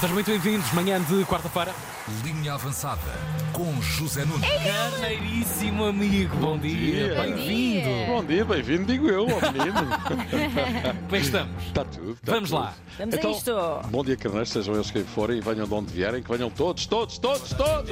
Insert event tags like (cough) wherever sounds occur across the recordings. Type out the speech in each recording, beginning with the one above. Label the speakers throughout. Speaker 1: Sejam muito bem-vindos, manhã de quarta-feira.
Speaker 2: Linha Avançada com José Nunes.
Speaker 1: Carneiríssimo amigo, bom dia,
Speaker 3: dia.
Speaker 1: bem-vindo.
Speaker 3: Bom
Speaker 4: Bom dia, bem-vindo, digo eu, ao
Speaker 1: (laughs)
Speaker 4: menino.
Speaker 1: Bem é estamos.
Speaker 4: Está tudo. está
Speaker 1: Vamos
Speaker 4: tudo. Então,
Speaker 1: lá.
Speaker 3: Vamos a isto.
Speaker 4: Bom dia, carneiros, sejam eles quem forem e venham de onde vierem, que venham todos, todos, todos, todos!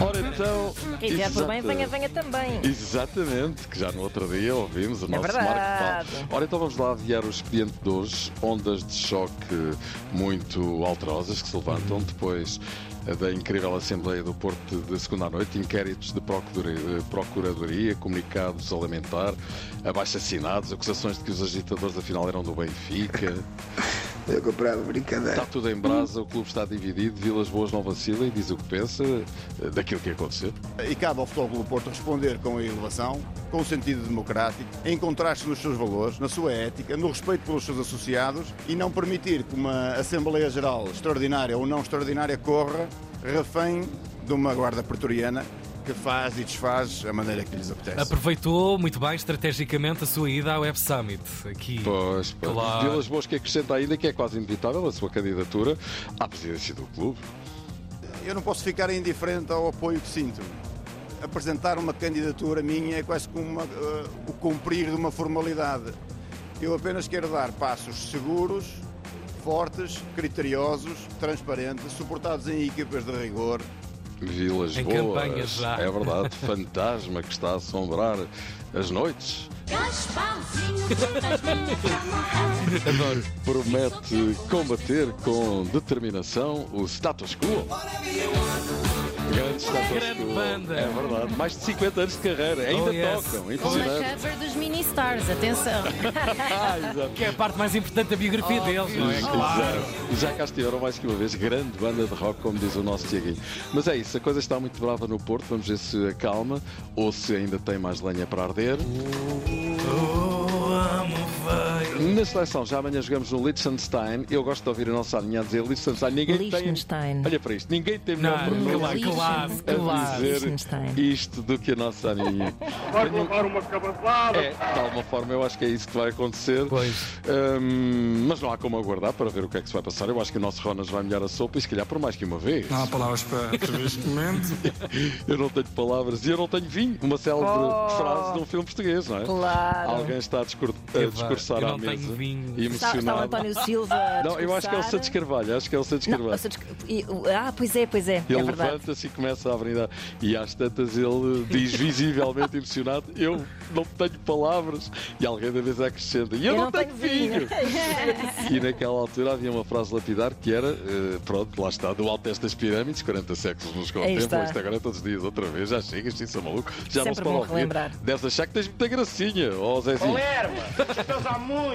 Speaker 4: Ora então.
Speaker 3: Quem vier por bem,
Speaker 4: exata-
Speaker 3: venha, venha também.
Speaker 4: Exatamente, que já no outro dia ouvimos o nosso Marco
Speaker 3: verdade.
Speaker 4: Paulo. Ora, então vamos lá aviar o expediente de hoje. Ondas de choque muito alterosas que se levantam depois eh, da incrível Assembleia do Porto de segunda à noite, inquéritos de procuradoria, procuradoria comunicados a lamentar, abaixo-assinados, acusações de que os agitadores afinal eram do Benfica.
Speaker 5: Eu comprava brincadeira.
Speaker 4: Está tudo em brasa, o clube está dividido, Vilas Boas não vacila e diz o que pensa eh, daquilo que aconteceu.
Speaker 6: E cabe ao Futebol Clube do Porto responder com a elevação, com o sentido democrático, em contraste nos seus valores, na sua ética, no respeito pelos seus associados e não permitir que uma Assembleia Geral extraordinária ou não extraordinária corra refém de uma guarda pretoriana que faz e desfaz a maneira que lhes apetece.
Speaker 1: Aproveitou muito bem estrategicamente a sua ida ao Web Summit aqui.
Speaker 4: Pois, pois.
Speaker 1: Claro.
Speaker 4: Vilas Boas que acrescenta ainda que é quase inevitável a sua candidatura à presidência do clube.
Speaker 6: Eu não posso ficar indiferente ao apoio que sinto. Apresentar uma candidatura minha é quase como uma, eh, o cumprir de uma formalidade. Eu apenas quero dar passos seguros, fortes, criteriosos, transparentes, suportados em equipas de rigor.
Speaker 4: Vilas
Speaker 1: Em
Speaker 4: Boas.
Speaker 1: campanha já. (laughs)
Speaker 4: É verdade, fantasma que está a assombrar as noites.
Speaker 7: Gasparzinho, fantasminha, camurrado.
Speaker 1: Adoro.
Speaker 4: Promete combater com determinação o status quo. Grande status
Speaker 1: Grande
Speaker 4: quo.
Speaker 1: banda.
Speaker 4: É verdade. Mais de 50 anos de carreira. Ainda
Speaker 1: Oh, yes.
Speaker 4: tocam.
Speaker 3: Com uma
Speaker 4: Impressionante.
Speaker 3: cover dos mini-stars, atenção.
Speaker 4: Ah, exato.
Speaker 1: Que é a parte mais importante da biografia deles, não é? Claro.
Speaker 4: Exato. Já cá estiveram mais que uma vez, grande banda de rock, como diz o nosso Tiaguinho. Mas é isso, a coisa está muito brava no Porto, vamos ver se acalma ou se ainda tem mais lenha para arder. Na seleção, já amanhã jogamos no Liechtenstein. Eu gosto de ouvir a nossa alinha a dizer Liechtenstein. Ninguém
Speaker 3: Liechtenstein.
Speaker 4: tem. Olha para isto, ninguém tem melhor
Speaker 1: Não,
Speaker 4: pronúncia
Speaker 1: claro, claro,
Speaker 3: Liechtenstein.
Speaker 1: claro.
Speaker 4: a dizer
Speaker 3: Liechtenstein.
Speaker 4: isto do que a nossa
Speaker 3: (laughs)
Speaker 4: aninha. É, de alguma forma eu acho que é isso que vai acontecer.
Speaker 1: Pois.
Speaker 4: Hum, mas não há como aguardar para ver o que é que se vai passar. Eu acho que o nosso Ronas vai melhorar a sopa e se calhar por mais que uma vez.
Speaker 8: Não há
Speaker 1: Ah.
Speaker 8: palavras para para este momento.
Speaker 4: (laughs) Eu não tenho palavras e eu não tenho vinho. Uma célebre frase de um filme português, não é?
Speaker 3: Oh. Claro.
Speaker 4: Alguém está a, discur- a
Speaker 1: Eva,
Speaker 4: discursar
Speaker 1: eu
Speaker 4: à
Speaker 1: não tenho
Speaker 4: mesa.
Speaker 1: vinho.
Speaker 3: Está, está o
Speaker 4: Emocionado.
Speaker 3: António Silva a
Speaker 4: não, eu acho que é o Santos
Speaker 3: discursar.
Speaker 4: Carvalho. Acho que é o Santos
Speaker 3: Não,
Speaker 4: Carvalho.
Speaker 3: o Santos Car- e o- Ah, pois é, pois é.
Speaker 4: Ele
Speaker 3: é verdade.
Speaker 4: levanta-se e começa a brindar. E às tantas ele diz visivelmente emocionado: Eu não tenho palavras. E alguém da vez acrescenta: Eu, eu não, tenho, vinho. (laughs) e naquela altura havia uma frase lapidar que era: eh, Pronto, lá está, do alto destas pirâmides, 40 séculos nos
Speaker 3: Aí
Speaker 4: contemplam.
Speaker 3: está.
Speaker 4: Isto agora é todos os dias, outra vez. Já chegas, isto é maluco. Já
Speaker 3: Sempre
Speaker 4: não se
Speaker 3: bom
Speaker 4: pode ouvir.
Speaker 3: relembrar.
Speaker 4: Deves achar que tens muita gracinha. Ó Zezinho.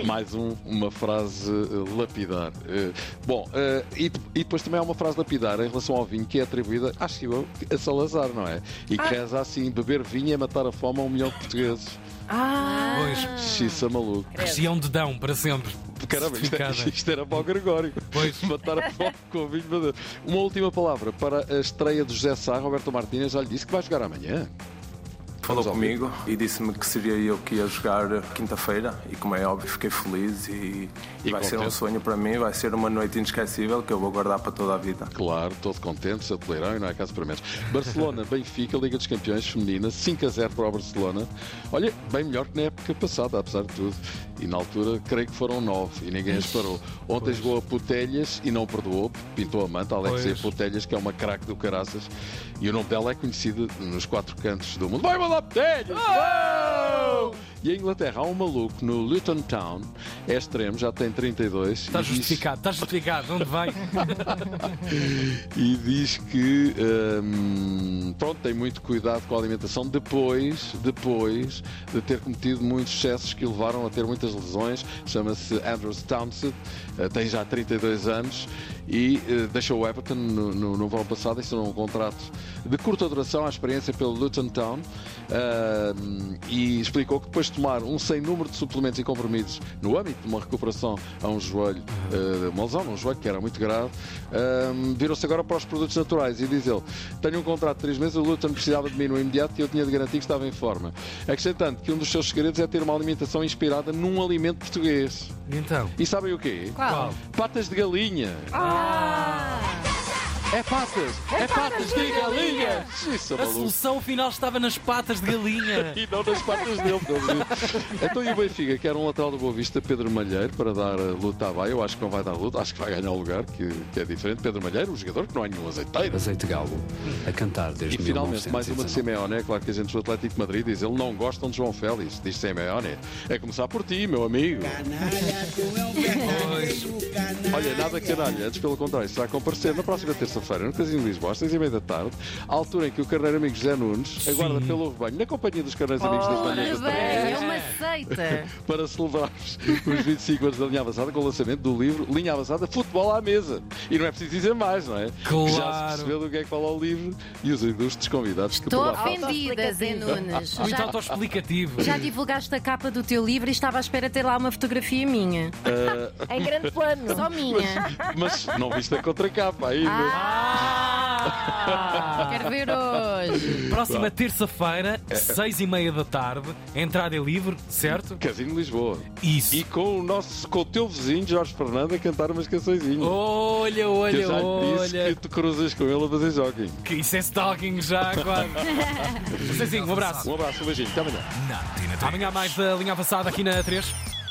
Speaker 4: Mais um- uma frase eh, lapidar. Eh, bom, eh, e, de- e depois também há uma frase lapidar em relação ao vinho que é atribuída, acho eu, a Salazar, não é? E que reza assim: beber vinho é matar a fome a um milhão de portugueses.
Speaker 3: Ah, É
Speaker 1: Pois.
Speaker 4: Xissa maluco.
Speaker 1: Região de Dão, para sempre.
Speaker 4: Caramba, isto, é-
Speaker 1: Certificada.
Speaker 4: (laughs) isto era para o Gregório.
Speaker 1: Pois.
Speaker 4: Matar a fome com o vinho. meu Deus. Uma última palavra para a estreia do José Sá, Roberto Martínez já lhe disse que vai jogar amanhã.
Speaker 9: Falou
Speaker 4: Vamos ao
Speaker 9: comigo e disse-me que seria eu que ia jogar quinta-feira e como é óbvio fiquei feliz e,
Speaker 4: E
Speaker 9: vai ser um
Speaker 4: contente.
Speaker 9: sonho para mim, vai ser uma noite inesquecível que eu vou guardar para toda a vida.
Speaker 4: Claro, todo contente, chapeleirão e não há caso para menos.
Speaker 1: (laughs)
Speaker 4: Barcelona, Benfica, Liga dos Campeões Feminina, 5 a 0 para o Barcelona. Olha, bem melhor que na época passada, apesar de tudo. E na altura, creio que foram 9 e ninguém as parou. Ontem jogou a Putelhas e não perdoou, pintou a manta, Alexia
Speaker 1: Pois.
Speaker 4: Putelhas, que é uma craque do Caraças. E o nome dela é conhecido nos quatro cantos do mundo. Vai, mandar Putelhas! Uau! E em Inglaterra há um maluco no Luton Town, é extremo, já tem 32.
Speaker 1: Está
Speaker 4: e diz-
Speaker 1: justificado, está justificado. Onde vai?
Speaker 4: e diz que hum, pronto, tem muito cuidado com a alimentação depois, depois de ter cometido muitos excessos que o levaram a ter muitas lesões. Chama-se Andrews Townsend, eh, tem já 32 anos e eh, deixou o Everton no, no, no verão passado. Assinou um contrato Eh, de curta duração à experiência pelo Luton Town hum, e explicou que depois tomar um sem número de suplementos e comprimidos no âmbito de uma recuperação a um joelho, eh, uma lesão, a um joelho que era muito grave, ahm, virou-se agora para os produtos naturais e diz ele: Tenho um contrato de 3 meses, o Luton precisava de mim no imediato e eu tinha de garantir que estava em forma. Acrescentando que um dos seus segredos é ter uma alimentação inspirada num alimento português.
Speaker 1: Então,
Speaker 4: E sabem o quê?
Speaker 3: Qual?
Speaker 4: Patas de galinha. É patas! Ah! É, patas, de galinha! Isso,
Speaker 1: a
Speaker 4: maluco.
Speaker 1: solução final estava nas patas de galinha.
Speaker 4: E não nas patas dele, pelo visto. (laughs) Então e o Benfica, que era um lateral do Boa Vista, Pedro Malheiro, para dar a luta à baia. Eu acho que não vai dar luta, acho que vai ganhar o lugar, que, que é diferente. Pedro Malheiro, um jogador que não é nenhum azeiteiro.
Speaker 10: Azeite Galo, a cantar desde
Speaker 4: E finalmente, mais uma
Speaker 10: 1919.
Speaker 4: de Simeone. É claro que a gente do Atlético de Madrid diz ele não gostam de João Félix. Diz Simeone. É começar por ti, meu amigo. Olha, nada canalha, antes pelo contrário, será comparecer na próxima terça-feira no Casino de Lisboa, às seis e meia da tarde, à altura em que o carneiro amigo José Nunes aguarda pelo rebanho, na companhia dos carneiros amigos das manhãs da tarde,
Speaker 3: Parabéns, é uma seita.
Speaker 4: para celebrarmos os 25 anos da linha avançada com o lançamento do livro Linha Avançada Futebol à Mesa. E não é preciso dizer mais, não é?
Speaker 1: Claro.
Speaker 4: Que já se percebeu do que é que fala o livro e os ilustres convidados que
Speaker 3: Estou
Speaker 4: por lá
Speaker 3: ofendida, Zé Nunes.
Speaker 1: Muito
Speaker 3: Já,
Speaker 1: autoexplicativo.
Speaker 3: já divulgaste a capa do teu livro e estava à espera de ter lá uma fotografia minha. É
Speaker 11: Em grande plano.
Speaker 3: Só minha.
Speaker 4: Mas não viste a contracapa é?
Speaker 1: Ah.
Speaker 4: ainda. (laughs)
Speaker 3: Quero ver hoje.
Speaker 1: Próxima terça-feira,
Speaker 4: É,
Speaker 1: seis e meia da tarde, entrada é livre, certo?
Speaker 4: Casino de Lisboa.
Speaker 1: Isso.
Speaker 4: E com o nosso, com o teu vizinho Jorge Fernando a cantar umas cançõezinhas.
Speaker 1: Olha,
Speaker 4: Que eu
Speaker 1: olha,
Speaker 4: já lhe disse
Speaker 1: olha.
Speaker 4: que tu cruzas com ele a fazer joguinho.
Speaker 1: Que isso é stalking já,
Speaker 4: (laughs)
Speaker 1: quase. Zezinho, um abraço.
Speaker 4: Um abraço, um beijinho, até amanhã.
Speaker 2: Na Tina 3.
Speaker 1: Amanhã há mais da linha eh, avançada aqui na 3.